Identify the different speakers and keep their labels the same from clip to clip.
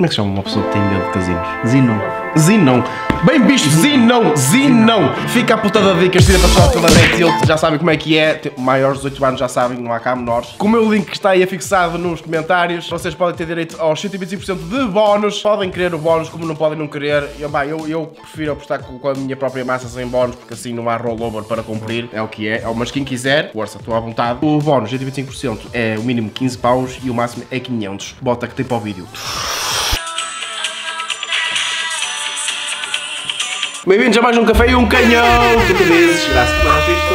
Speaker 1: Como é que se chama uma pessoa que tem medo de casinos?
Speaker 2: Zino.
Speaker 1: Zinão. Bem visto, Zinão, Zinão. Fica a puta da dica, estira para pessoal pela net, eles já sabem como é que é. Tem- Maiores de 18 anos já sabem, não há cá menores. Com o meu link que está aí afixado nos comentários, vocês podem ter direito aos 125% de bónus. Podem querer o bónus, como não podem não querer. Eu, pá, eu, eu prefiro apostar com, com a minha própria massa sem bónus, porque assim não há rollover para cumprir. É o que é. Mas quem quiser, força, estou à vontade. O bónus, 125%, é o mínimo 15 paus e o máximo é 500. Bota que tem para o vídeo. Bem-vindos a mais um Café e um Canhão! Tu que dizes, graças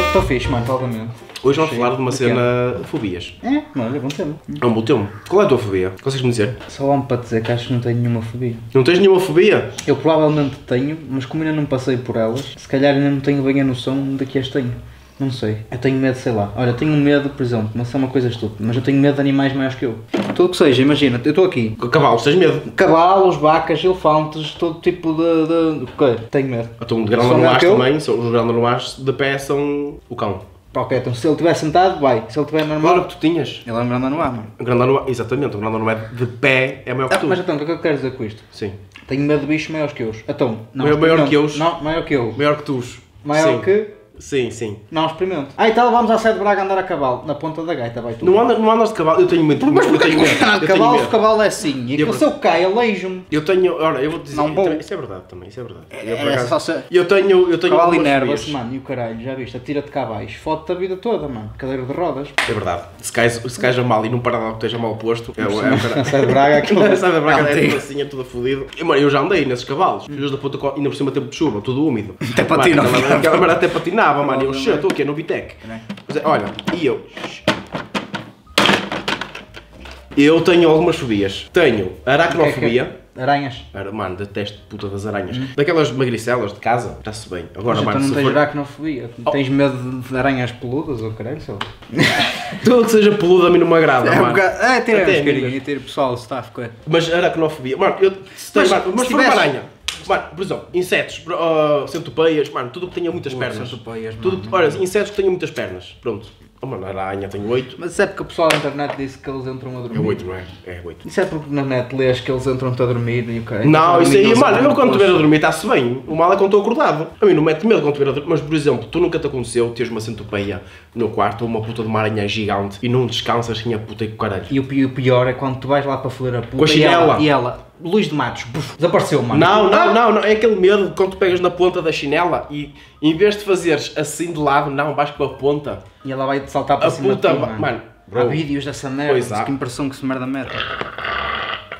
Speaker 2: Estou fixe, mano, provavelmente.
Speaker 1: Hoje vamos falar de uma
Speaker 2: Do
Speaker 1: cena fobias.
Speaker 2: É, mano, é bom tema.
Speaker 1: É um bom tema. Qual é a tua fobia? Consegues me dizer?
Speaker 2: Só há um para dizer que acho que não tenho nenhuma fobia.
Speaker 1: Não tens nenhuma fobia?
Speaker 2: Eu provavelmente tenho, mas como ainda não passei por elas, se calhar ainda não tenho bem a noção de que as tenho. Não sei. Eu tenho medo, sei lá. Olha, tenho medo, por exemplo, mas é uma coisa estúpida, mas eu tenho medo de animais maiores que eu. Tudo o que seja, imagina, eu estou aqui.
Speaker 1: Cavalos, tens medo?
Speaker 2: Cavalos, vacas, elefantes, todo tipo de. de... o quê? Tenho medo.
Speaker 1: Então, de
Speaker 2: Só não é
Speaker 1: grandanoás
Speaker 2: teu?
Speaker 1: também, são- os grandanoás de pé são o cão.
Speaker 2: Ok, então se ele estiver sentado, vai. Se ele estiver
Speaker 1: Claro
Speaker 2: normal.
Speaker 1: que tu tinhas.
Speaker 2: Ele é anda no ar, mano.
Speaker 1: O grandanoá, exatamente, o grandanoá de pé é maior que
Speaker 2: Ah,
Speaker 1: tu.
Speaker 2: mas então, o que é que eu quero dizer com isto?
Speaker 1: Sim.
Speaker 2: Tenho medo de bichos maiores que eu. Então, não.
Speaker 1: Maior- maior
Speaker 2: experimento.
Speaker 1: que eus?
Speaker 2: Não, maior que eu.
Speaker 1: Maior que tu.
Speaker 2: Maior
Speaker 1: Sim.
Speaker 2: que.
Speaker 1: Sim, sim.
Speaker 2: Não, experimento. Ah, então vamos à sede de Braga andar a cavalo. Na ponta da gaita, vai tu.
Speaker 1: Não andas, não andas de cavalo, eu tenho medo.
Speaker 2: Mas
Speaker 1: eu
Speaker 2: porquê que
Speaker 1: tenho medo.
Speaker 2: não?
Speaker 1: Eu tenho
Speaker 2: Cavalo, o
Speaker 1: medo.
Speaker 2: cavalo é assim. E aquele
Speaker 1: Eu-
Speaker 2: se eu caio, aleijo-me.
Speaker 1: Eu tenho, ora, eu vou te dizer,
Speaker 2: Não vou.
Speaker 1: isso é verdade também, isso é verdade. Eu, por
Speaker 2: é
Speaker 1: acaso-
Speaker 2: só ser-
Speaker 1: eu tenho, eu tenho
Speaker 2: Cavalo
Speaker 1: algumas
Speaker 2: inerva-se,
Speaker 1: fobias.
Speaker 2: mano. E o caralho, já viste? Atira-te cá abaixo. Fode-te a vida toda, mano. Cadeira de rodas.
Speaker 1: É verdade. Se cais, se cais a mal e não para nada que esteja mal posto, é, o- é o
Speaker 2: Na
Speaker 1: caralho.
Speaker 2: sede de Braga, aquilo é.
Speaker 1: Sabe a braga é
Speaker 2: Antigo.
Speaker 1: tudo assim, é tudo fodido. E, mano, eu já andei nesses cavalos.
Speaker 2: Hum.
Speaker 1: Filhos da puta, co- ainda por cima tempo de chuva, tudo úmido. Até
Speaker 2: patina.
Speaker 1: Aquela merda até patinava, mano. E Eu, shit, estou aqui é no Bitec. Mas é, Olha, e eu... Eu tenho algumas fobias. Tenho aracnofobia.
Speaker 2: é Aranhas.
Speaker 1: Cara, Mano, detesto puta das aranhas. Daquelas magricelas de casa, está-se bem. Agora,
Speaker 2: Hum. Mas então
Speaker 1: mano,
Speaker 2: não
Speaker 1: se
Speaker 2: tens
Speaker 1: for... Oh.
Speaker 2: aracnofobia. Tens medo de aranhas peludas ou caralho, sei lá.
Speaker 1: Tudo que seja peludo a mim não me agrada,
Speaker 2: É um
Speaker 1: mano.
Speaker 2: bocado. É, tira
Speaker 1: Até
Speaker 2: os
Speaker 1: a mim,
Speaker 2: carinhos. E tira o pessoal, o staff, coisa.
Speaker 1: Mas aracnofobia. Mano, eu. Se mas,
Speaker 2: Mas
Speaker 1: mano, mas
Speaker 2: se
Speaker 1: se for uma
Speaker 2: tivesse-
Speaker 1: aranha. Mano, por exemplo, insetos, bro- ah, centopeias, mano, tudo que tenha muitas pernas.
Speaker 2: centopeias,
Speaker 1: tudo,
Speaker 2: mano.
Speaker 1: Olha, insetos que tenham muitas pernas. Pronto. Oh, mano, aranha tem oito.
Speaker 2: Mas sabe que o pessoal da internet disse que eles entram a
Speaker 1: É
Speaker 2: dormir?
Speaker 1: oito, não é? É oito.
Speaker 2: Isso é porque na net lês que eles entram-te a dormir e o cara.
Speaker 1: Não, isso aí,
Speaker 2: eles
Speaker 1: mano,
Speaker 2: entram
Speaker 1: eu quando
Speaker 2: depois.
Speaker 1: estiver a dormir está-se bem. O mal é quando estou acordado. A mim não mete medo quando estiver a dormir. Mas, por exemplo, tu nunca te aconteceu teres uma centopeia no quarto ou uma puta de uma aranha gigante e não descansas que a puta e que o caralho.
Speaker 2: E o pi- o pior é quando tu vais lá para foder a puta
Speaker 1: Com a
Speaker 2: e ela,
Speaker 1: chinela.
Speaker 2: e ela, Luís de Matos, buf, desapareceu, mano.
Speaker 1: Não, não,
Speaker 2: Ah,
Speaker 1: não, não, é aquele medo de quando tu pegas na ponta da chinela e em vez de fazeres assim de lado, não, vais com a ponta.
Speaker 2: E ela vai-te saltar para
Speaker 1: A
Speaker 2: cima
Speaker 1: puta
Speaker 2: de ti,
Speaker 1: va-
Speaker 2: mano.
Speaker 1: mano,
Speaker 2: Há
Speaker 1: bro.
Speaker 2: vídeos dessa merda,
Speaker 1: Pois
Speaker 2: mas
Speaker 1: há.
Speaker 2: que impressão que se merda mete.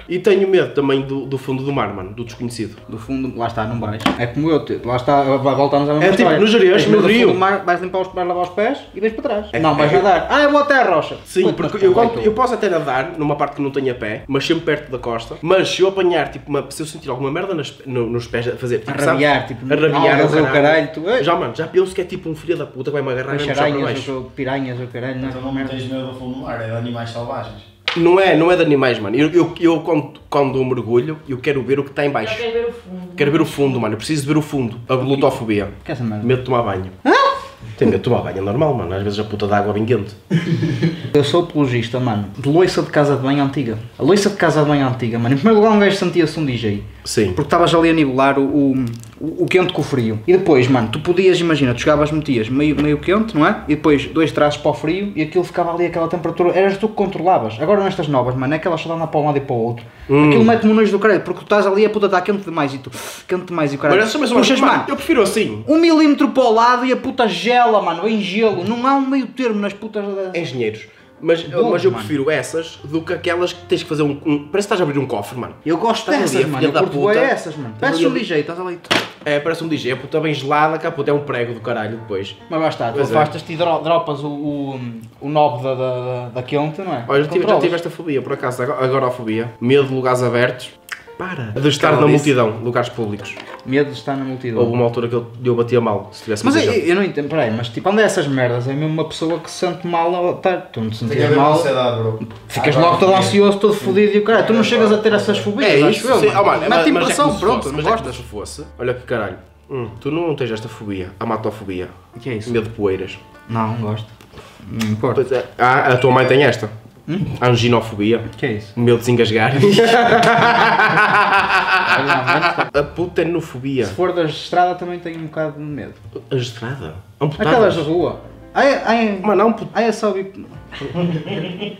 Speaker 1: E tenho medo também do, do fundo do mar, mano, do desconhecido.
Speaker 2: Do fundo, lá está, não vais. É como eu, tio, lá está, vai- voltamos à mesma
Speaker 1: É tipo,
Speaker 2: história.
Speaker 1: no Jerez,
Speaker 2: Tens
Speaker 1: no
Speaker 2: medo do
Speaker 1: rio.
Speaker 2: fundo do mar, Vais limpar os, vais lavar os pés e vais para trás.
Speaker 1: É-
Speaker 2: não, vais
Speaker 1: é-
Speaker 2: nadar. Ah, eu vou até à rocha.
Speaker 1: Sim,
Speaker 2: Puta,
Speaker 1: porque
Speaker 2: vai
Speaker 1: eu, quando-
Speaker 2: tu.
Speaker 1: eu posso até nadar numa parte que não tenha pé, mas sempre perto da costa. Mas se eu apanhar, tipo, uma, se eu sentir alguma merda nas- no- nos pés a fazer, tipo,
Speaker 2: A rabiar,
Speaker 1: sabe?
Speaker 2: tipo,
Speaker 1: a rabiar,
Speaker 2: algas
Speaker 1: ao
Speaker 2: ou caralho, tu- Ei.
Speaker 1: já, mano, já penso que é tipo um filho da puta que vai me agarrar e vai
Speaker 2: Peixe
Speaker 1: me puxar para
Speaker 2: aranhas,
Speaker 1: baixo.
Speaker 2: ou piranhas, ou caralho, não é?
Speaker 3: Então não tens medo do fundo do mar, é de animais selvagens.
Speaker 1: Não é, não é de animais, mano. Eu, eu, eu quando, quando mergulho, eu quero ver o que está em baixo.
Speaker 4: Quero ver o fundo.
Speaker 1: Quero ver o fundo, mano. Eu preciso ver o fundo. A glutofobia.
Speaker 2: Que é essa merda?
Speaker 1: Medo de tomar banho. Tem medo de tomar banho, é normal, mano. Às vezes a puta da água vem quente.
Speaker 2: Eu sou apologista, mano, de loiça de casa de banho antiga. A loiça de casa de banho antiga, mano. Em primeiro lugar, um gajo sentia-se um DJ.
Speaker 1: Sim.
Speaker 2: Porque estavas ali a nivelar o, o, o quente com o frio. E depois, mano, tu podias, imagina, tu chegavas, metias meio, meio quente, não é? E depois dois traços para o frio e aquilo ficava ali, aquela temperatura. Eras tu que controlavas. Agora nestas novas, mano, é que elas só dão para um lado e para o outro.
Speaker 1: Hum.
Speaker 2: Aquilo mete-me um nojo do caralho, porque tu estás ali a puta está quente demais e tu quente demais e o
Speaker 1: Mas é
Speaker 2: caralho.
Speaker 1: essa mesma
Speaker 2: Puxas, mano,
Speaker 1: eu prefiro assim.
Speaker 2: um milímetro para o lado e a puta gela, mano, em gelo. Não há um meio termo nas putas da.
Speaker 1: Engenheiros. Mas,
Speaker 2: Bom,
Speaker 1: mas eu
Speaker 2: mano.
Speaker 1: prefiro essas do que aquelas que tens que fazer um. um- parece que estás a abrir um cofre, mano.
Speaker 2: Eu gosto
Speaker 1: Estás ali,
Speaker 2: dessas,
Speaker 1: a
Speaker 2: mano.
Speaker 1: filha
Speaker 2: Eu
Speaker 1: da
Speaker 2: curto
Speaker 1: puta.
Speaker 2: bué essas, mano.
Speaker 1: Estás
Speaker 2: Parece um
Speaker 1: ali a-
Speaker 2: DJ, estás ali.
Speaker 1: É, parece um DJ, a puta bem gelada, cá, puta, é um prego do caralho depois.
Speaker 2: Mas basta, tu
Speaker 1: Pois é.
Speaker 2: afastas-te e dro- dropas o, o, o knob da, da, da, da quente, não é?
Speaker 1: Olha, já tive, já
Speaker 2: Controlas.
Speaker 1: tive esta fobia, por acaso, agora- agorafobia. Medo de lugares abertos. Para. De estar
Speaker 2: Cala
Speaker 1: na
Speaker 2: disso.
Speaker 1: multidão, lugares públicos.
Speaker 2: Medo de estar na multidão.
Speaker 1: Houve uma altura que eu, eu batia mal, se tivesse
Speaker 2: Mas é,
Speaker 1: muita
Speaker 2: eu,
Speaker 1: gente.
Speaker 2: eu não entendo, peraí, mas tipo, onde é essas merdas? É mesmo uma pessoa que se sente mal ao estar. Tu não te
Speaker 3: Tem
Speaker 1: É
Speaker 3: a
Speaker 2: sentias
Speaker 3: ver com
Speaker 2: mal,
Speaker 3: ansiedade, é bro.
Speaker 2: ficas
Speaker 1: Ah,
Speaker 3: Agora,
Speaker 2: logo todo
Speaker 3: sim.
Speaker 2: ansioso, todo fodido e o caralho. Tu não chegas a ter essas fobias,
Speaker 1: É
Speaker 2: acho
Speaker 1: isso,
Speaker 2: eu.
Speaker 1: sim. Ah, mano,
Speaker 2: mano.
Speaker 1: mas-
Speaker 2: Mete
Speaker 1: mas é
Speaker 2: impressão,
Speaker 1: como se
Speaker 2: pronto,
Speaker 1: fosse,
Speaker 2: não
Speaker 1: mas é como
Speaker 2: gostas.
Speaker 1: se fosse. Olha que caralho. Hum, tu não tens esta fobia, a matofobia.
Speaker 2: O que é isso?
Speaker 1: Medo de poeiras.
Speaker 2: Não, não gosto. Não importa.
Speaker 1: Pois é. Ah, a tua mãe tem esta.
Speaker 2: Hum?
Speaker 1: Anginofobia.
Speaker 2: que é isso?
Speaker 1: Meu desengasgar. Ah, a putanofobia.
Speaker 2: Se for das estrada também tenho um bocado de medo.
Speaker 1: A estrada. É um Amputadas.
Speaker 2: Aquelas da rua. Ai, ai,
Speaker 1: Tá, Mano, há um puto.
Speaker 2: ai, é só bi-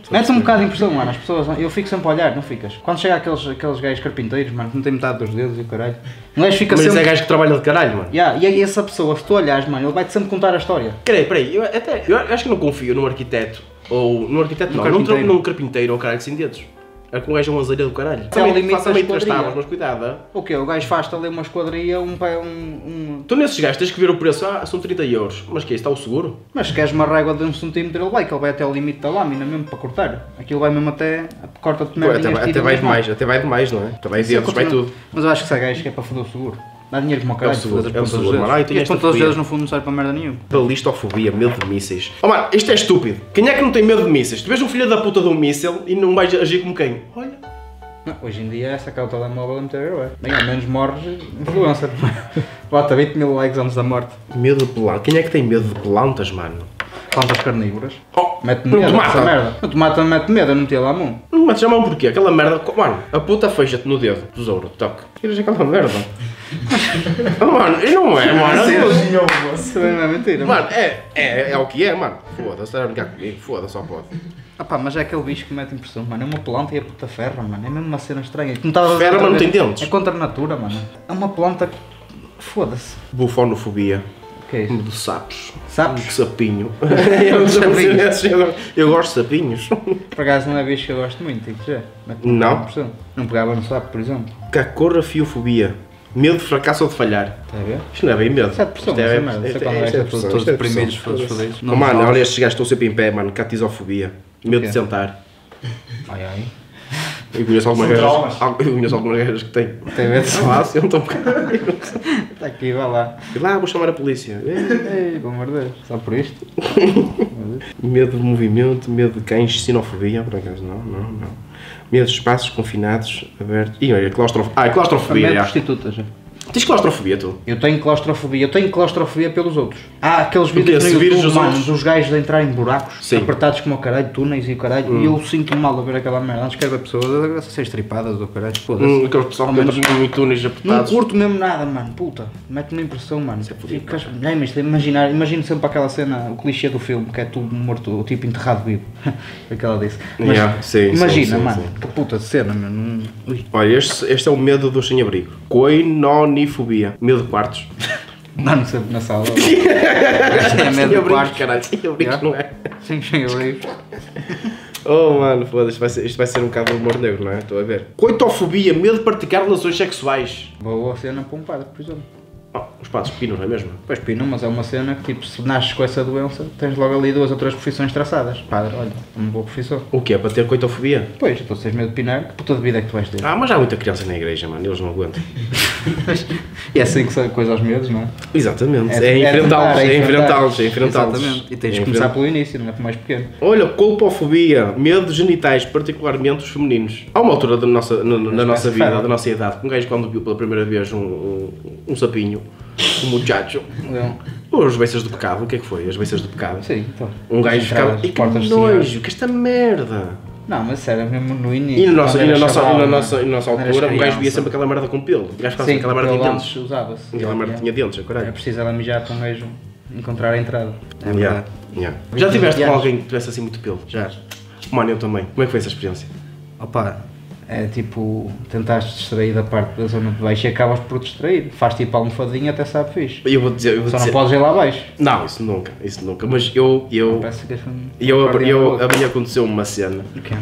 Speaker 2: Mete um bocado de impressão, mano, as pessoas, eu fico sempre a olhar, não ficas? Quando chega aqueles, aqueles gajos carpinteiros, mano, que não tem metade dos dedos e o caralho, um gajo fica
Speaker 1: Mas isso
Speaker 2: sempre...
Speaker 1: é gajo que trabalha de caralho, mano.
Speaker 2: Ya, e aí essa pessoa, se tu olhares, mano, ele vai-te sempre contar a história.
Speaker 1: Peraí, peraí, eu até. Eu acho que não confio num arquiteto. Ou num arquiteto, não,
Speaker 2: Num
Speaker 1: num, tra-
Speaker 2: carpinteiro.
Speaker 1: num carpinteiro ou caralho sem dedos. É que um gajo é um azeira do caralho.
Speaker 2: Até ao
Speaker 1: Também
Speaker 2: limite
Speaker 1: faça meio
Speaker 2: da
Speaker 1: três
Speaker 2: esquadria.
Speaker 1: tábuas, mas cuidado. ah.
Speaker 2: O quê? O gajo faz-te ali uma esquadria, um pé, um... um-
Speaker 1: Tu nesses gajos tens que ver o preço, ah, são 30 euros. Mas que é, está o seguro?
Speaker 2: Mas se queres uma régua de um centímetro, ele vai, que ele vai até ao limite da lâmina mesmo para cortar. Aquilo vai mesmo até... corta-te
Speaker 1: Pô,
Speaker 2: merdinhas, tira-te mesmo.
Speaker 1: até vai demais, não é? Até vai
Speaker 2: Sim, eu continuo. Mas eu acho que se há gajo que é para foder o seguro. Dá dinheiro como o caralho.
Speaker 1: seguro,
Speaker 2: foda-se,
Speaker 1: é o
Speaker 2: pontas
Speaker 1: seguro,
Speaker 2: dedos.
Speaker 1: mano. Ah, eu tenho
Speaker 2: E as
Speaker 1: esta
Speaker 2: pontas dos
Speaker 1: fobia.
Speaker 2: dedos no fundo não serve para merda nenhuma.
Speaker 1: Pela listofobia, medo de mísseis. Oh mano, isto é estúpido. Quem é que não tem medo de mísseis? Tu vês um filho da puta de um míssel e não vais agir como quem? Olha.
Speaker 2: Não, hoje em dia é sacar o telemóvel é muito herói. Bem, ao menos morres influencer. é? Bota 20 mil likes antes da morte.
Speaker 1: Medo de plantas. Quem é que tem medo de plantas, mano?
Speaker 2: Plantas carnívoras.
Speaker 1: Oh,
Speaker 2: Mete
Speaker 1: não
Speaker 2: medo,
Speaker 1: te
Speaker 2: essa
Speaker 1: mata.
Speaker 2: merda. Não te mata, mete medo, eu não tinha lá a mão.
Speaker 1: Não mates a mão porquê? Aquela merda. co- Mano, a puta fecha-te no dedo, tesouro, toque. Tiras aquela merda. oh, mano, e não é, mano?
Speaker 3: Sim, eu vou.
Speaker 2: Isso também não é
Speaker 1: assim.
Speaker 2: mentira.
Speaker 1: Mano, é, é, é o que é, mano. Foda-se, estás a brincar comigo? Foda-se, só pode.
Speaker 2: Ah pá, mas é aquele bicho que mete impressão, mano. É uma planta e é puta ferra, mano. É mesmo uma cena estranha. Como estava a dizer
Speaker 1: Ferra, mas não
Speaker 2: outra
Speaker 1: tem
Speaker 2: vez,
Speaker 1: dentes.
Speaker 2: É contra a natura, mano. É uma planta que. Foda-se.
Speaker 1: Bufonofobia.
Speaker 2: O que é isso?
Speaker 1: Medo de sapos.
Speaker 2: Sapos?
Speaker 1: Que sapinho. eu, sapinho. eu gosto de sapinhos.
Speaker 2: Por acaso não é bicho que eu gosto muito, digo já. Mete muita
Speaker 1: Não?
Speaker 2: impressão. Não pegava no sapo, por exemplo.
Speaker 1: Cacorrafiofobia. Medo de fracasso ou de falhar.
Speaker 2: Está Tá a ver?
Speaker 1: Isto não é bem medo.
Speaker 2: Isso é depressão,
Speaker 1: Isto
Speaker 2: isso é
Speaker 1: é- isto
Speaker 2: merda. Isso é quando
Speaker 1: é- isto é
Speaker 2: vais ter todos-
Speaker 1: depressão,
Speaker 2: todos
Speaker 1: isto é depressão.
Speaker 2: deprimidos, todos fodidos.
Speaker 1: Oh,
Speaker 2: Não
Speaker 1: Mano,
Speaker 2: falas.
Speaker 1: olha, estes gajos estão sempre em pé, mano. Catisofobia. Medo de
Speaker 2: quê?
Speaker 1: sentar.
Speaker 2: Ai ai.
Speaker 1: Eu conheço algumas
Speaker 3: São
Speaker 1: gajas.
Speaker 3: traumas.
Speaker 1: al- Eu conheço algumas gajas que têm.
Speaker 2: Tem medo de
Speaker 1: Sei lá, sentam um bocado.
Speaker 2: Está Tá aqui, vai lá.
Speaker 1: E lá, vou chamar a polícia. Eh,
Speaker 2: Ei, pelo amor de Deus. Só por isto?
Speaker 1: Medo de movimento, medo de cães, sinofobia, por acaso, não, não, não. Medo de espaços confinados, abertos. Ih, olha, claustrofobia. Ah, claustrofobia,
Speaker 2: Também
Speaker 1: já.
Speaker 2: prostitutas. já.
Speaker 1: Tens claustrofobia, tu?
Speaker 2: Eu tenho claustrofobia, eu tenho claustrofobia pelos outros. Há aqueles
Speaker 1: Porque
Speaker 2: vídeos
Speaker 1: se
Speaker 2: no
Speaker 1: vires
Speaker 2: YouTube,
Speaker 1: os
Speaker 2: mano,
Speaker 1: outros-
Speaker 2: dos gajos de entrar em buracos,
Speaker 1: Sim. Hum.
Speaker 2: apertados como o caralho, túneis e o caralho, e eu sinto-me mal a ver aquela merda. Antes quero ver pessoas a ser estripadas do caralho, foda-se.
Speaker 1: Hum, aqueles pessoal
Speaker 2: Ao
Speaker 1: que
Speaker 2: menos-
Speaker 1: entram muito túneis
Speaker 2: Não
Speaker 1: apertados.
Speaker 2: curto mesmo nada, mano. Puta, mete-me impressão, mano.
Speaker 1: fodido,
Speaker 2: Ficas- Ai, mas tem- imaginar, imagino sempre aquela cena, o clichê do filme, que é tudo morto, o tipo enterrado vivo. Aquela disse. Mas
Speaker 1: Yeah, sim, sim,
Speaker 2: imagina,
Speaker 1: sim,
Speaker 2: mano,
Speaker 1: sim.
Speaker 2: que puta de cena, mano. Ui.
Speaker 1: Olha, este, este é o medo dos sem-abrigo. Coinonifobia. Medo de quartos.
Speaker 2: Mano, sempre na sala.
Speaker 1: é
Speaker 2: Tinha É medo do
Speaker 1: Sem-abrigos,
Speaker 2: quarto.
Speaker 1: caralho. Sem-abrigos,
Speaker 2: Yeah.
Speaker 1: não é?
Speaker 2: Sim, sim, eu li.
Speaker 1: Oh, mano, foda-se. Isto vai ser- Isto vai ser um bocado de humor negro, não é? Estou a ver. Coitofobia. Medo de praticar relações sexuais.
Speaker 2: Boa cena para um padre, por exemplo.
Speaker 1: Oh, os patos pinos, não é mesmo?
Speaker 2: Pois pino, mas é uma cena que tipo, se nasces com essa doença, tens logo ali duas ou três profissões traçadas. Padre, olha, uma boa profissão.
Speaker 1: O que é? Para ter coitofobia?
Speaker 2: Pois, então se tens medo de pinar, que puta de vida é que tu vais ter?
Speaker 1: Ah, mas há muita criança na igreja, mano, eles não aguentam.
Speaker 2: E é assim que são coisas aos medos, não é?
Speaker 1: Exatamente, é, enfrentá-los, é enfrentá-los, é enfrentá-los.
Speaker 2: Exatamente. E tens
Speaker 1: É
Speaker 2: de começar
Speaker 1: enfren-
Speaker 2: pelo início, não é por mais pequeno.
Speaker 1: Olha, colpofobia, medo de genitais, particularmente os femininos. Há uma altura da nossa, na, na
Speaker 2: Mas
Speaker 1: nossa
Speaker 2: parece
Speaker 1: vida,
Speaker 2: fada.
Speaker 1: da nossa idade, que um gajo quando viu pela primeira vez um, um, um sapinho, um muchacho, ou as beiças do pecado, o que é que foi? As beiças do pecado.
Speaker 2: Sim, então.
Speaker 1: Um gajo ficava,
Speaker 2: Entradas,
Speaker 1: e
Speaker 2: portas
Speaker 1: que
Speaker 2: de senhoras.
Speaker 1: nojo, que esta merda.
Speaker 2: Não, mas sério, mesmo no início.
Speaker 1: E na nossa,
Speaker 2: quando
Speaker 1: e na
Speaker 2: eras
Speaker 1: nossa,
Speaker 2: chaval,
Speaker 1: e na
Speaker 2: não é?
Speaker 1: nossa, e na nossa
Speaker 2: Quando eras
Speaker 1: altura, o gajo via
Speaker 2: criança.
Speaker 1: sempre aquela merda com pelo. O gajo ficava
Speaker 2: Sim,
Speaker 1: sempre aquela merda
Speaker 2: pelo
Speaker 1: tinha
Speaker 2: lado
Speaker 1: dentes.
Speaker 2: usava-se.
Speaker 1: Aquela merda tinha dentes, é caralho.
Speaker 2: Era preciso ela mijar para um gajo encontrar a entrada. É
Speaker 1: Yeah,
Speaker 2: verdade.
Speaker 1: yeah. Já tiveste com
Speaker 2: Viagens.
Speaker 1: alguém que tivesse assim muito pelo?
Speaker 2: Já.
Speaker 1: Mano, eu também. Como é que foi essa experiência?
Speaker 2: Opa, é tipo, tentaste distrair da parte da zona de baixo e acabas por distrair. Faz tipo almofadinha até sabe fixe.
Speaker 1: Eu vou dizer, eu vou
Speaker 2: Só não
Speaker 1: dizer.
Speaker 2: podes ir lá abaixo.
Speaker 1: Não, isso nunca, isso nunca. Mas eu, eu,
Speaker 2: Parece que és um-
Speaker 1: eu, eu,
Speaker 2: guardião do outro.
Speaker 1: a mim aconteceu uma cena.
Speaker 2: O quê?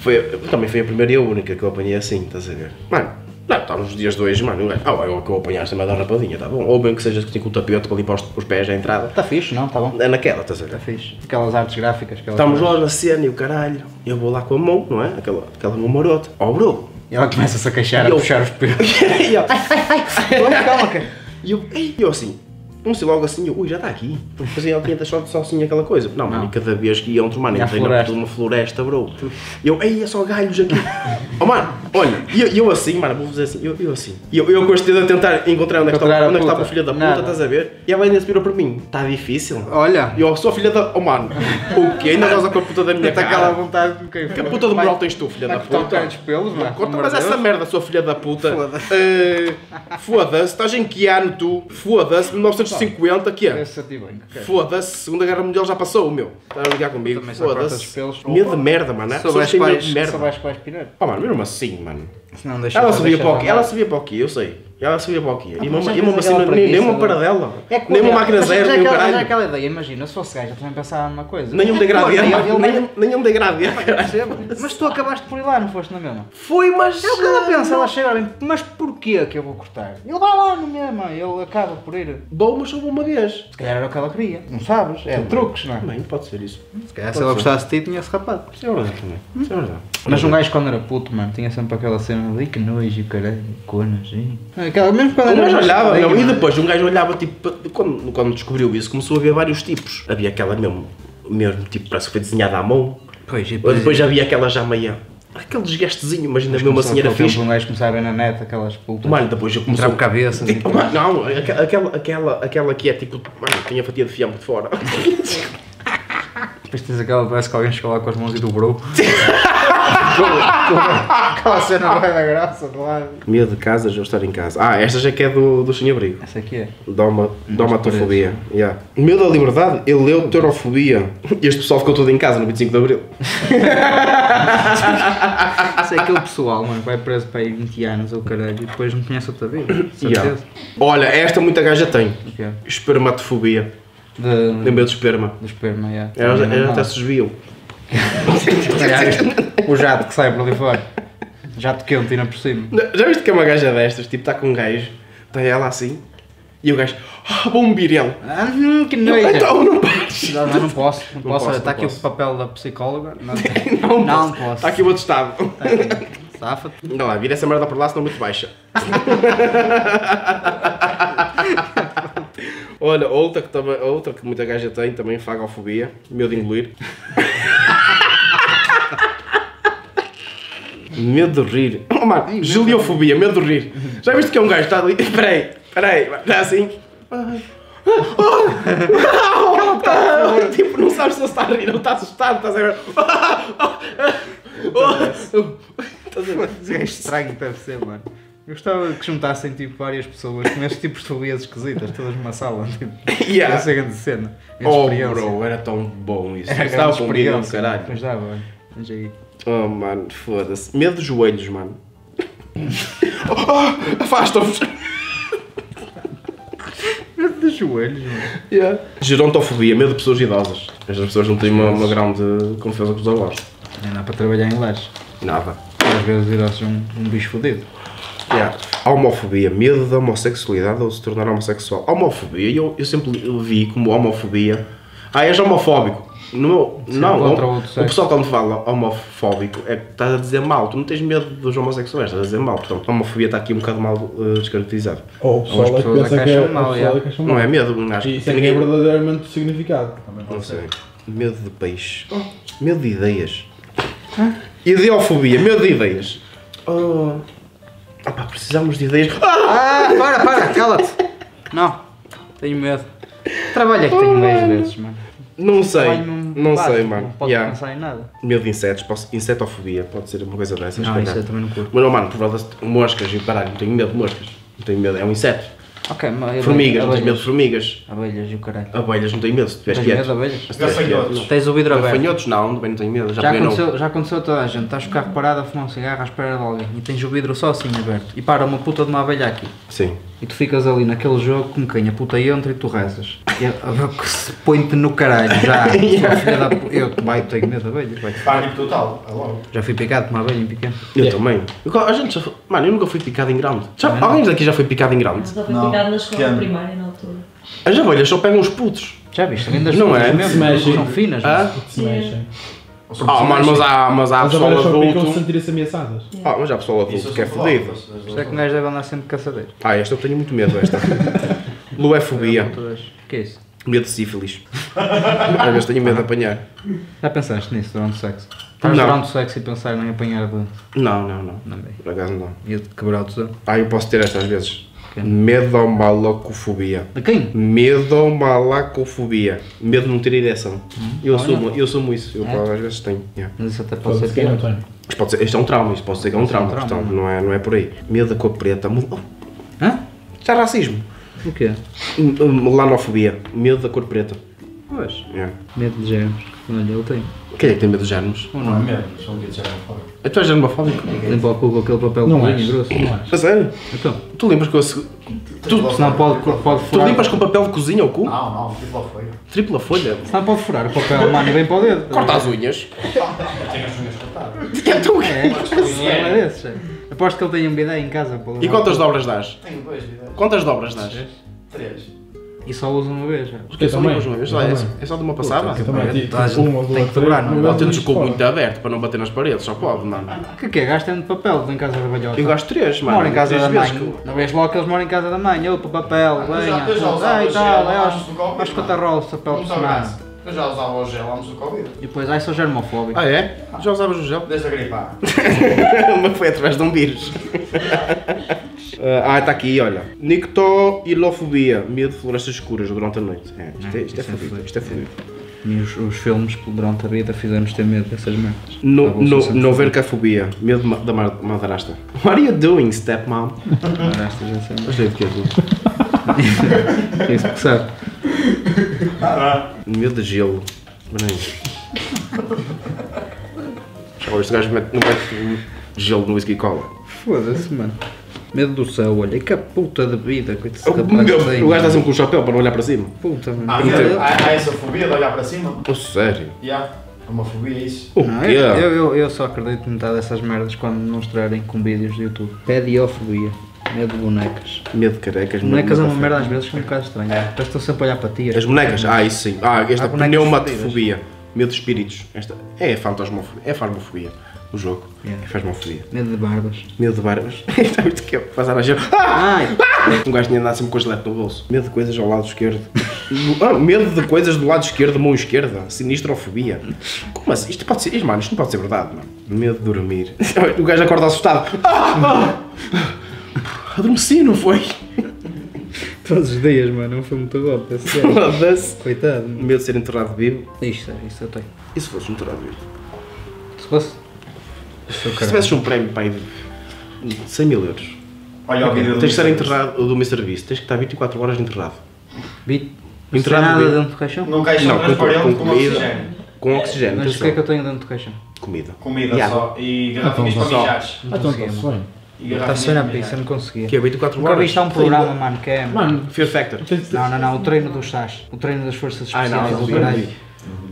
Speaker 1: Foi, também foi a primeira e a única que eu apanhei assim, estás a ver? Mano, não, está nos dias dois, mano. um gajo, Ah, eu que eu apanhar esta merda rapadinha, tá bom? Ou bem que seja que tem com o tapete para limpar os, os pés à entrada.
Speaker 2: Está Tá fixe, não? Está bom?
Speaker 1: É naquela, estás a ver?
Speaker 2: Está Tá fixe. Aquelas artes gráficas. Aquelas
Speaker 1: Estamos lá na cena e o caralho, eu vou lá com a mão, não é? Aquela, aquela mão marota. Oh, bro!
Speaker 2: E ela começa-se a queixar,
Speaker 1: E
Speaker 2: a
Speaker 1: eu- Então,
Speaker 2: puxar os pelos.
Speaker 1: E eu-
Speaker 2: Calma, calma, cara.
Speaker 1: E eu, ei, eu assim, Não sei logo assim, eu, ui, já está aqui. Fazia 500 só, só assim aquela coisa. Não, mano,
Speaker 2: Não.
Speaker 1: e cada vez que ia um entro, mano,
Speaker 2: E a
Speaker 1: entrei na
Speaker 2: floresta.
Speaker 1: puta de uma floresta, bro. E eu, ei, é só galhos aqui. oh, mano, olha, e eu, e eu assim, mano, vou fazer assim, eu, eu assim. E eu, eu com este dedo a tentar encontrar onde é que
Speaker 2: Encontrar
Speaker 1: está
Speaker 2: a
Speaker 1: onde é que estava o
Speaker 2: puta.
Speaker 1: filho da puta,
Speaker 2: Nada.
Speaker 1: estás a ver? E ela ainda se virou para mim, está difícil.
Speaker 2: Olha.
Speaker 1: E eu sou a filha da. Oh, mano, o quê? Ainda goza com a puta da minha
Speaker 2: Está aquela
Speaker 1: cara.
Speaker 2: vontade de quem?
Speaker 1: Que puta de moral tens tu, filha da puta?
Speaker 2: tantos pelos, mano.
Speaker 1: Corta, mas essa merda, sua filha da puta. Eh, Foda-se, estás em que ano tu? Foda-se, 1950, que é? Foda-se, Segunda Guerra Mundial já passou, meu. Estás a ligar comigo?
Speaker 2: Também só cortas
Speaker 1: Foda-se.
Speaker 2: pelos.
Speaker 1: Medo de merda, mano. As pessoas
Speaker 2: Sobre as
Speaker 1: têm medo
Speaker 2: quais
Speaker 1: de merda.
Speaker 2: pirar.
Speaker 1: Pá, mano, mesmo assim, mano.
Speaker 2: Se não deixa
Speaker 1: Ela
Speaker 2: deixa
Speaker 1: subia para o
Speaker 2: andar.
Speaker 1: quê? Ela subia para o quê? Eu sei. Ela subia para o quê? E
Speaker 2: mas às
Speaker 1: uma- e
Speaker 2: vezes
Speaker 1: uma assim, nem
Speaker 2: aquela
Speaker 1: nem uma
Speaker 2: preguiça de-
Speaker 1: paradela.
Speaker 2: É que-
Speaker 1: Nem uma máquina
Speaker 2: mas
Speaker 1: zero,
Speaker 2: é
Speaker 1: nem o
Speaker 2: aquela- mas é
Speaker 1: caralho.
Speaker 2: aquela ideia, imagina, se fosse gajo, eu também pensava a mesma coisa.
Speaker 1: Nem um degradê,
Speaker 2: Ele- ele-
Speaker 1: nem- nem um degradê.
Speaker 2: Mas tu acabaste por ir lá, não foste na mesma?
Speaker 1: Fui, mas.
Speaker 2: É o que ela pensa, ela chega bem, mas porquê que eu vou cortar? Ele vai lá na mesma, ele acaba por ir.
Speaker 1: Vou, mas só vou uma vez.
Speaker 2: Se calhar era o que ela queria, não sabes? É truques, não é?
Speaker 1: Também, pode ser isso.
Speaker 2: Se calhar
Speaker 1: Pode ser.
Speaker 2: gostasse de ti, tinha-se rapado.
Speaker 1: Ah. Isso é verdade também. Isso é verdade.
Speaker 2: Mas um gajo quando era puto, mano, tinha sempre aquela cena ali, que nojo, caralho, conas, hein? É, Aquela, mesmo quando
Speaker 1: Um gajo olhava,
Speaker 2: rapariga,
Speaker 1: meu, e
Speaker 2: mano.
Speaker 1: depois um gajo olhava, tipo, pa- quando, quando descobriu isso, começou a ver vários tipos. Havia aquela mesmo, mesmo tipo, parece que foi desenhada à mão.
Speaker 2: Pois, e
Speaker 1: Ou depois havia aquela já meia, aquele desgastezinho, mas ainda mesmo assim era fixe.
Speaker 2: Um gajo começava a ver na net aquelas putas.
Speaker 1: Mano, depois eu comecei...
Speaker 2: Entrava cabeça, assim.
Speaker 1: Tipo, mano, não, aqua- aquela, aquela, aquela que é tipo, mano, tinha fatia de fiambre de fora.
Speaker 2: Depois tens aquela, parece que alguém chegou lá com as mãos e dobrou. aquela cena vai da graça, claro.
Speaker 1: Medo de casas ou estar em casa. Ah, esta já que é do, do sem abrigo.
Speaker 2: Essa aqui é.
Speaker 1: Doma, domatofobia. Yeah. Medo da liberdade, ele leu terofobia. Este pessoal ficou todo em casa no 25 de Abril.
Speaker 2: Essa é aquele pessoal, mano, que vai preso para aí 20 anos ou caralho e depois não conhece outra vida.
Speaker 1: Yeah.
Speaker 2: Certeza.
Speaker 1: Olha, esta muita gaja tem.
Speaker 2: O quê?
Speaker 1: Espermatofobia.
Speaker 2: De,
Speaker 1: Tem medo de esperma.
Speaker 2: do esperma, yeah.
Speaker 1: Elas,
Speaker 2: Também
Speaker 1: elas
Speaker 2: não
Speaker 1: até
Speaker 2: dá.
Speaker 1: se desviam.
Speaker 2: Caralho, O jato que sai por ali fora. Jato quente ainda por cima.
Speaker 1: Já viste que é uma gaja destas? Tipo, está com um gajo, está ela assim, e o gajo, ah, bom birel.
Speaker 2: Ah, hum, que
Speaker 1: Não,
Speaker 2: nojo.
Speaker 1: então não pares.
Speaker 2: Não, não, não posso, não, posso.
Speaker 1: posso,
Speaker 2: Está
Speaker 1: não
Speaker 2: aqui
Speaker 1: posso.
Speaker 2: o papel da psicóloga. Não,
Speaker 1: Não,
Speaker 2: não
Speaker 1: posso.
Speaker 2: posso.
Speaker 1: Está aqui o outro estado.
Speaker 2: Tá aqui. Safa-te.
Speaker 1: Não lá, vira essa merda para lá, senão muito baixa. Olha, outra que, também, outra que muita gaja tem também, fagofobia, medo de engolir. medo de rir. Oh, mano, geliofobia, medo de rir. Já viste que é um gajo que está ali? Peraí, peraí, está assim. tipo, não sabes se ele está a rir ou está assustado, estás a ver? Estás a ver?
Speaker 2: Esse gajo estranho deve ser, mano. Eu gostava que juntassem tipo, várias pessoas com estes tipos de fobias esquisitas, todas numa sala. Tipo,
Speaker 1: Yeah.
Speaker 2: Era ser grande cena. grande
Speaker 1: Oh,
Speaker 2: experiência.
Speaker 1: bro, era tão bom isso.
Speaker 2: Era
Speaker 1: Estava
Speaker 2: grande
Speaker 1: com medo, do
Speaker 2: experiência.
Speaker 1: caralho.
Speaker 2: Pois dá, mano. Mas aí.
Speaker 1: Oh, mano, foda-se. Medo dos joelhos, mano. oh, oh, Afastam-vos.
Speaker 2: Medo dos joelhos, mano.
Speaker 1: Gerontofobia, medo de pessoas idosas. Estas pessoas não têm uma, uma grande confiança com os avós.
Speaker 2: Não dá para trabalhar em lares.
Speaker 1: Nada.
Speaker 2: Às vezes irás um, um bicho fodido.
Speaker 1: Yeah. Homofobia, medo da homossexualidade ou se tornar homossexual. Homofobia, eu, eu sempre li- vi como homofobia. Ah, és homofóbico. No meu- não,
Speaker 2: contra
Speaker 1: o-
Speaker 2: outro
Speaker 1: o
Speaker 2: sexo.
Speaker 1: pessoal quando fala homofóbico é que estás a dizer mal. Tu não tens medo dos homossexuais, estás a dizer mal. Portanto, a homofobia está aqui um bocado mal eh, descaracterizado.
Speaker 4: Ou o pessoal é que
Speaker 2: pessoas é
Speaker 4: pensa
Speaker 2: que
Speaker 4: que é
Speaker 2: acham
Speaker 4: o
Speaker 2: mal,
Speaker 4: pessoal
Speaker 2: yeah.
Speaker 4: é que acham
Speaker 1: Não
Speaker 4: mal.
Speaker 1: é medo, não acho
Speaker 4: E
Speaker 1: que
Speaker 4: isso é que é
Speaker 1: ninguém...
Speaker 4: verdadeiramente o significado. Também
Speaker 1: Não sei. Medo de peixe.
Speaker 2: É.
Speaker 1: Medo de ideias. Ideofobia, medo de ideias. Oh. Ah pá, precisamos de ideias.
Speaker 2: Ah, para, para, cala-te. Não, tenho medo. Trabalha é que tenho 10 vezes, mano.
Speaker 1: Não sei,
Speaker 2: Trabalho num
Speaker 1: não
Speaker 2: bar,
Speaker 1: sei, mano.
Speaker 2: Não pode
Speaker 1: Yeah.
Speaker 2: pensar em nada.
Speaker 1: Medo de insetos, posso, insetofobia, pode ser uma coisa dessas.
Speaker 2: Não,
Speaker 1: caralho.
Speaker 2: isso eu também não curto.
Speaker 1: Mas não, mano, por causa de moscas e caralho, não tenho medo de moscas. Não tenho medo, é um inseto.
Speaker 2: Ok, mas. abelhas-
Speaker 1: Formigas, não tenho medo
Speaker 2: abelhas.
Speaker 1: de formigas.
Speaker 2: Abelhas e o caralho.
Speaker 1: Abelhas, não tenho medo, se tiveres
Speaker 2: Tens medo de
Speaker 1: quieto.
Speaker 2: abelhas?
Speaker 1: Se tiveres quieto,
Speaker 3: Gafanhotos.
Speaker 1: não.
Speaker 2: Tens o vidro aberto.
Speaker 1: Gafanhotos não, também não tenho medo, já,
Speaker 2: Já
Speaker 1: peguei não.
Speaker 2: aconteceu, já aconteceu a toda a gente, estás a ficar parado a fumar um cigarro à espera de alguém e tens o vidro só assim aberto e para uma puta de uma abelha aqui
Speaker 1: Sim.
Speaker 2: e tu ficas ali naquele jogo como quem a puta entra e tu rezas e a a- que se põe-te no caralho já, sua filha da pu- eu vai, tenho medo de abelhas, vai.
Speaker 3: Pânico total, é logo.
Speaker 2: já fui picado por uma abelha em pequeno.
Speaker 1: Eu também. Eu- a gente já foi- Mano, eu nunca fui picado em grande. Já,
Speaker 2: Também não.
Speaker 1: alguém daqui já foi picado em grande?
Speaker 5: Só foi
Speaker 3: Não.
Speaker 5: picado na
Speaker 3: Que
Speaker 5: escola
Speaker 3: ano?
Speaker 5: primária na altura.
Speaker 1: As abelhas só pegam os putos.
Speaker 2: Já viste, lindas
Speaker 1: Não é?
Speaker 4: Se mexe.
Speaker 2: mesmo, são finas,
Speaker 1: Ah?
Speaker 2: mas-
Speaker 4: Se mexem.
Speaker 1: Ah, mano, mas há, mas há
Speaker 4: As
Speaker 1: pessoal
Speaker 4: abelhas só ficam de
Speaker 1: adulto.
Speaker 4: sentir-se ameaçadas.
Speaker 1: Ah, mas há pessoal adulto que é fodido.
Speaker 2: Por isso é que um gajo deve andar sempre caçadeiro.
Speaker 1: Ah, esta eu tenho muito medo, esta. Luefobia.
Speaker 2: O que é isso?
Speaker 1: Medo de sífilis. Às vezes tenho medo de apanhar.
Speaker 2: Já pensaste nisso durante o sexo? Estás
Speaker 1: Não.
Speaker 2: durante o sexo e pensar em apanhar de.
Speaker 1: Não, não, não.
Speaker 2: Não bem.
Speaker 1: Por acaso não.
Speaker 2: E de quebrar o tesão?
Speaker 1: Ah, eu posso ter esta às vezes.
Speaker 2: Ok.
Speaker 1: Medomalacofobia.
Speaker 2: De quem?
Speaker 1: Medomalacofobia. Medo de não ter ereção. Eu assumo, eu assumo isso. Eu às vezes tenho. yeah.
Speaker 2: Mas isso até pode
Speaker 4: Pode
Speaker 2: ser
Speaker 4: ser que não
Speaker 2: pior.
Speaker 4: tem.
Speaker 1: Mas pode ser, isto é um trauma, isto pode ser que é um
Speaker 2: Pode ser um
Speaker 1: trauma,
Speaker 2: trauma,
Speaker 1: portanto, não é, não é por aí. Medo da cor preta. Mu- Oh,
Speaker 2: Hã?
Speaker 1: já é racismo.
Speaker 2: O quê?
Speaker 1: M- Melanofobia. Medo da cor preta.
Speaker 2: Pois.
Speaker 1: Yeah.
Speaker 2: Medo de germes. Olha, ele tem.
Speaker 1: Quem é que tem medo de germes?
Speaker 3: Não é mesmo, são guetos já não fora.
Speaker 1: Eu estou germofóbico.
Speaker 2: Limpa o cu com aquele papel
Speaker 4: Não
Speaker 2: colinho
Speaker 4: és.
Speaker 2: grosso.
Speaker 4: Não és.
Speaker 1: A sério?
Speaker 2: Então,
Speaker 1: Tu limpas com a se- Tu,
Speaker 2: se não pode, pode
Speaker 1: tu
Speaker 2: furar.
Speaker 1: limpas com papel de cozinha ao cu?
Speaker 3: Não, não, tipo lá foi. Eu
Speaker 1: Tripla folha?
Speaker 2: Se não pode furar o papel, mano, bem para o dedo.
Speaker 1: Corta as unhas.
Speaker 3: tenho as unhas cortadas.
Speaker 2: É, é desses. é. Aposto que ele tem um bidé em casa para lavar.
Speaker 1: E quantas dobras dás?
Speaker 3: Tenho dois vidas.
Speaker 1: Quantas dobras dás?
Speaker 3: Três.
Speaker 1: É
Speaker 2: E só usa uma vez. já.
Speaker 1: Porque só
Speaker 4: também.
Speaker 1: limpas uma vez?
Speaker 4: Eu
Speaker 1: Ah, é
Speaker 4: também.
Speaker 1: só- é só de uma passada?
Speaker 4: Eu também, tipo,
Speaker 2: Toda a gente
Speaker 4: uma ou
Speaker 2: tem
Speaker 4: duas,
Speaker 2: que quebrar,
Speaker 4: três,
Speaker 2: não é?
Speaker 4: não
Speaker 1: Ela
Speaker 4: dá
Speaker 1: tem
Speaker 4: muito
Speaker 1: o cu
Speaker 4: fora.
Speaker 1: muito aberto para não bater nas paredes, só pode, mano.
Speaker 2: Que que é? Gastem de papel em casa da balhota.
Speaker 1: Eu gasto três, mano.
Speaker 2: Moram tá. em casa
Speaker 1: três
Speaker 2: da mãe.
Speaker 1: vezes que eu-
Speaker 2: Não vês logo que eles moram em casa da mãe. Opa, papel,
Speaker 3: Eu já-
Speaker 2: venha.
Speaker 3: eu já usava
Speaker 2: Ah, e
Speaker 3: gel
Speaker 2: tal, é
Speaker 3: antes do
Speaker 2: aos-
Speaker 3: Covid,
Speaker 2: aos
Speaker 3: mano.
Speaker 2: catarrolos, papel
Speaker 3: Não
Speaker 2: de
Speaker 3: me sabe
Speaker 2: semana.
Speaker 3: nada. Um Eu já usava o gel antes do Covid.
Speaker 2: E depois, ai, sou germofóbico.
Speaker 1: Ah é? Já usavas o gel?
Speaker 3: Desde a gripar.
Speaker 1: Mas foi através de um vírus. ah, está aqui, olha. Nictoilofobia, medo de florestas escuras durante a noite. É, isto, é, isto é
Speaker 2: Isso é
Speaker 1: fodido,
Speaker 2: fodido.
Speaker 1: isto é fodido.
Speaker 2: E os, os filmes durante a vida fizeram-nos ter medo dessas merdas.
Speaker 1: No,
Speaker 2: Tá bom, sou
Speaker 1: no,
Speaker 2: sempre
Speaker 1: novercafobia, é medo de ma- da ma- madrasta. What are you doing, stepmom?
Speaker 2: fodido. Arastas, já sei.
Speaker 1: Gostei de que é tu.
Speaker 2: É isso que sabe.
Speaker 1: Medo de gelo. é Bem. Olha, este gajo mete, não mete gelo no whisky cola.
Speaker 2: Foda-se, mano. Medo do céu, olha. E que a puta de vida que esse
Speaker 1: O,
Speaker 2: rapaz
Speaker 1: meu-
Speaker 2: tem,
Speaker 1: o gajo um Ah, está
Speaker 2: mano.
Speaker 1: sempre com o chapéu para não olhar para cima.
Speaker 2: Puta, mano.
Speaker 3: Há,
Speaker 2: Puta
Speaker 3: medo-
Speaker 2: dele.
Speaker 3: há- há essa fobia de olhar para cima?
Speaker 1: Oh, sério?
Speaker 3: Já. É uma fobia é isso.
Speaker 1: O
Speaker 2: Não,
Speaker 1: quê?
Speaker 2: eu, eu, eu- eu só acredito em metade dessas merdas quando me mostrarem com vídeos do YouTube. Pediofobia. Medo de bonecas.
Speaker 1: Medo de carecas. medo de
Speaker 2: Bonecas é uma
Speaker 1: café.
Speaker 2: merda às vezes que é um bocado estranho. Parece que estou sempre a olhar para ti. tipo,
Speaker 1: As bonecas, ah, isso sim. Ah, esta
Speaker 2: Há bonecas
Speaker 1: pneumatofobia. Medo de espíritos. Esta é fantasmofobia. É farmofobia. O jogo.
Speaker 2: Yeah.
Speaker 1: É fasmofobia.
Speaker 2: Medo de barbas.
Speaker 1: Medo de barbas. Está muito que passar a gelo. Ah!
Speaker 2: Ai!
Speaker 1: Um gajo tinha de andar sempre com a gilete no bolso. Medo de coisas ao lado esquerdo. Do- ah, medo de coisas do lado esquerdo, mão esquerda. Sinistrofobia. Como assim? Isto pode ser. Isto, mano, isto não pode ser verdade, mano. Medo de dormir. O gajo acorda assustado. Ah! ah, Adormeci, não foi?
Speaker 2: Todos os dias, mano. Não foi muito golpe. esse gajo.
Speaker 1: Foda-se.
Speaker 2: Coitado, mano.
Speaker 1: Medo de ser enterrado vivo.
Speaker 2: Isto, é, isto eu tenho.
Speaker 1: E se fosse enterrado vivo?
Speaker 2: Se fosse. Se eu
Speaker 1: Se
Speaker 2: quero.
Speaker 1: tivesses um prémio, pai, de 100 mil euros.
Speaker 3: Olha o vídeo do
Speaker 1: Tens de estar
Speaker 3: Mr.
Speaker 1: enterrado do meu serviço. Tens que estar 24 horas enterrado.
Speaker 2: Bito. Não tem
Speaker 1: Entrado
Speaker 2: nada
Speaker 1: bem.
Speaker 2: dentro do caixão?
Speaker 3: Num caixão
Speaker 1: com,
Speaker 3: transparente com
Speaker 1: comida.
Speaker 3: oxigênio.
Speaker 1: Com oxigênio,
Speaker 2: Mas o que
Speaker 1: atenção.
Speaker 2: é que eu tenho dentro do caixão?
Speaker 1: Comida.
Speaker 3: Comida
Speaker 1: E água.
Speaker 3: só. E garrafinhas
Speaker 4: Então,
Speaker 3: para
Speaker 1: só.
Speaker 3: mijares.
Speaker 4: Ah, então está sonho.
Speaker 3: E
Speaker 2: Está a
Speaker 3: garrafinhas
Speaker 2: ser na
Speaker 3: para
Speaker 2: pizza,
Speaker 3: mijares.
Speaker 2: não conseguia.
Speaker 1: Que é 24
Speaker 2: Nunca
Speaker 1: horas.
Speaker 2: viste há um programa, mano, que é.
Speaker 4: Mano,
Speaker 1: Fear Factor.
Speaker 4: tem que ser.
Speaker 2: Não, não, não, o treino dos SAS, o treino das forças
Speaker 1: Ai, não,
Speaker 2: especiais
Speaker 1: não
Speaker 2: do
Speaker 1: vi,
Speaker 2: caralho.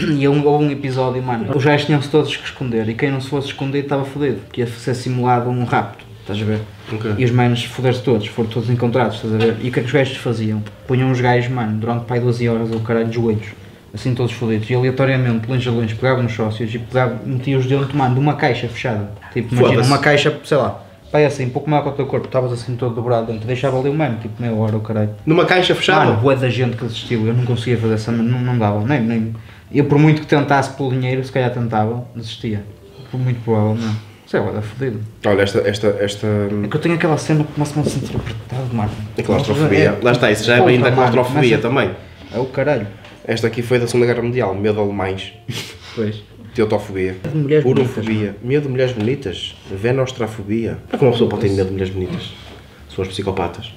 Speaker 1: não
Speaker 2: E houve houve um episódio, mano, os gajos tinham-se todos que esconder e quem não se fosse esconder estava fodido, que ia ser simulado um rapto, estás a ver?
Speaker 1: Ok.
Speaker 2: E os manos foder-se todos, foram todos encontrados, estás a ver? E o que é que os gajos faziam? Punham os gajos, mano, durante pai 12 horas ou caralho, de joelhos, assim todos fodidos, e aleatoriamente, longe a longe, pegavam os sócios e pegavam, metiam-os dentro, mano, de uma caixa fechada. Tipo, imagina,
Speaker 1: Foda-se.
Speaker 2: uma caixa, sei lá, pai assim, pouco maior que o teu corpo, estavas assim todo dobrado dentro, deixava ali o mano, tipo meia hora ou caralho.
Speaker 1: Numa caixa fechada.
Speaker 2: Mano, boa da gente que desistiu, eu não conseguia fazer essa, merda, não, não dava, nem, nem. Eu por muito que tentasse pelo dinheiro, se calhar tentava, desistia. Por muito provável, não. Isso é boa fodido.
Speaker 1: Olha, esta, esta, esta hum,
Speaker 2: É que eu tenho aquela cena que começa-me a sentir apertado, mano.
Speaker 1: a É claustrofobia. Lá está, isso já é bem da claustrofobia também.
Speaker 2: É o caralho.
Speaker 1: Esta aqui foi da Segunda Guerra Mundial. Medo a alemães.
Speaker 2: Pois.
Speaker 1: Teotofobia.
Speaker 2: de mulheres
Speaker 1: Urofobia. Medo de mulheres bonitas. Venostrafobia. Como é que uma pessoa pode ter medo de mulheres bonitas? São os psicopatas.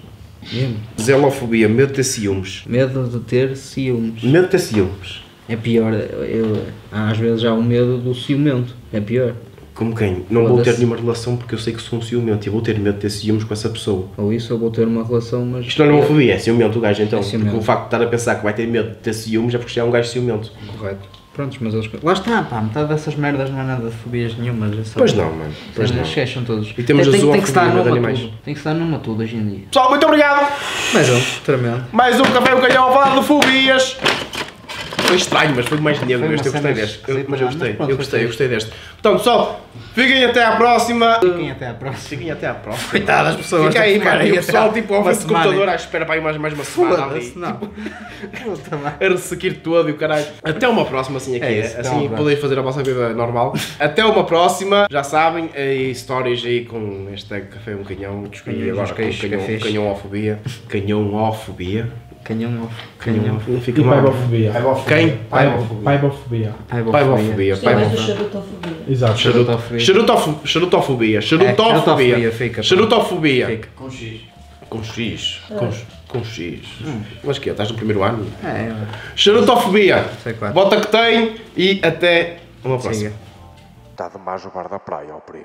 Speaker 2: Mesmo.
Speaker 1: Zelofobia. Medo de ter ciúmes.
Speaker 2: Medo de ter ciúmes.
Speaker 1: Medo de ter ciúmes.
Speaker 2: É pior, eu, às vezes há o medo do ciumento. É pior.
Speaker 1: Como quem? Não vou ter
Speaker 2: Foda-se.
Speaker 1: nenhuma relação porque eu sei que sou um ciumento e vou ter medo de ter ciúmes com essa pessoa.
Speaker 2: Ou isso, eu vou ter uma relação, mas.
Speaker 1: Isto não é uma fobia, é ciumento o gajo então.
Speaker 2: É ciumento.
Speaker 1: Porque o facto de estar a pensar que vai ter medo de ter ciúmes é porque já é um gajo ciumento.
Speaker 2: Correto. Prontos, mas eles. Lá está, pá, metade dessas merdas não é nada de fobias nenhumas. É só...
Speaker 1: Pois não, mano. Pois
Speaker 2: Pois
Speaker 1: não.
Speaker 2: Os gajos são todos.
Speaker 1: E temos
Speaker 2: tem,
Speaker 1: a
Speaker 2: tem, tem que estar
Speaker 1: zoofobia de
Speaker 2: numa
Speaker 1: animais.
Speaker 2: tudo. Tem que estar numa tudo hoje em dia.
Speaker 1: Pessoal, muito obrigado!
Speaker 2: Mas é, tremendo.
Speaker 1: Mais um Café e o Calhão a falar de fobias! Foi estranho, mas foi mais negro
Speaker 2: Foi
Speaker 1: este. Eu gostei
Speaker 2: uma cena
Speaker 1: deste. Eu- mas eu
Speaker 2: esquisita, mas
Speaker 1: gostei.
Speaker 2: pronto,
Speaker 1: Eu
Speaker 2: foi
Speaker 1: gostei, eu gostei deste. Então, pessoal, fiquem até à próxima.
Speaker 2: Fiquem até à próxima.
Speaker 1: Fiquem até à próxima. Coitadas as pessoas.
Speaker 2: Fica aí,
Speaker 1: Fica
Speaker 2: mano,
Speaker 1: aí,
Speaker 2: aí
Speaker 1: o pessoal,
Speaker 2: até
Speaker 1: tipo,
Speaker 2: uma
Speaker 1: ao frente do
Speaker 2: semana.
Speaker 1: computador à espera para ir mais, mais uma semana ali.
Speaker 2: Foda-se, não. Puta, mano.
Speaker 1: A ressequir todo e o caralho. Até uma próxima, assim aqui.
Speaker 2: É isso, até
Speaker 1: assim
Speaker 2: uma
Speaker 1: podeis fazer a vossa vida normal. Até uma próxima. Já sabem, aí stories aí com hashtag café um canhão. Descobri
Speaker 2: Canhões
Speaker 1: agora
Speaker 2: nos
Speaker 1: com
Speaker 2: queixos,
Speaker 1: canhão,
Speaker 2: cafés.
Speaker 1: canhãofobia. Canhãofobia.
Speaker 2: Canhão off.
Speaker 1: Canhão. Não
Speaker 4: E
Speaker 1: fica mal.
Speaker 4: paibofobia.
Speaker 1: Quem?
Speaker 3: Paibofobia.
Speaker 4: Paibofobia.
Speaker 2: Paibofobia.
Speaker 1: Paibofobia.
Speaker 5: Gostei é mais do
Speaker 1: Paibofobia.
Speaker 5: charutofobia.
Speaker 4: Exato.
Speaker 1: Charuto- Charutofo- Charutofobia. Charutofobia.
Speaker 2: charutofobia, É, fica, pá.
Speaker 1: Charutofobia.
Speaker 2: Fica.
Speaker 3: Com X.
Speaker 1: Com X. Com, com X.
Speaker 2: Hum.
Speaker 1: Mas que é? Estás no primeiro ano?
Speaker 2: É, mano.
Speaker 1: Charutofobia.
Speaker 2: Sei claro.
Speaker 1: Bota que tem e até uma próxima.
Speaker 2: Siga.
Speaker 6: Está de mais o bar da praia ao primo.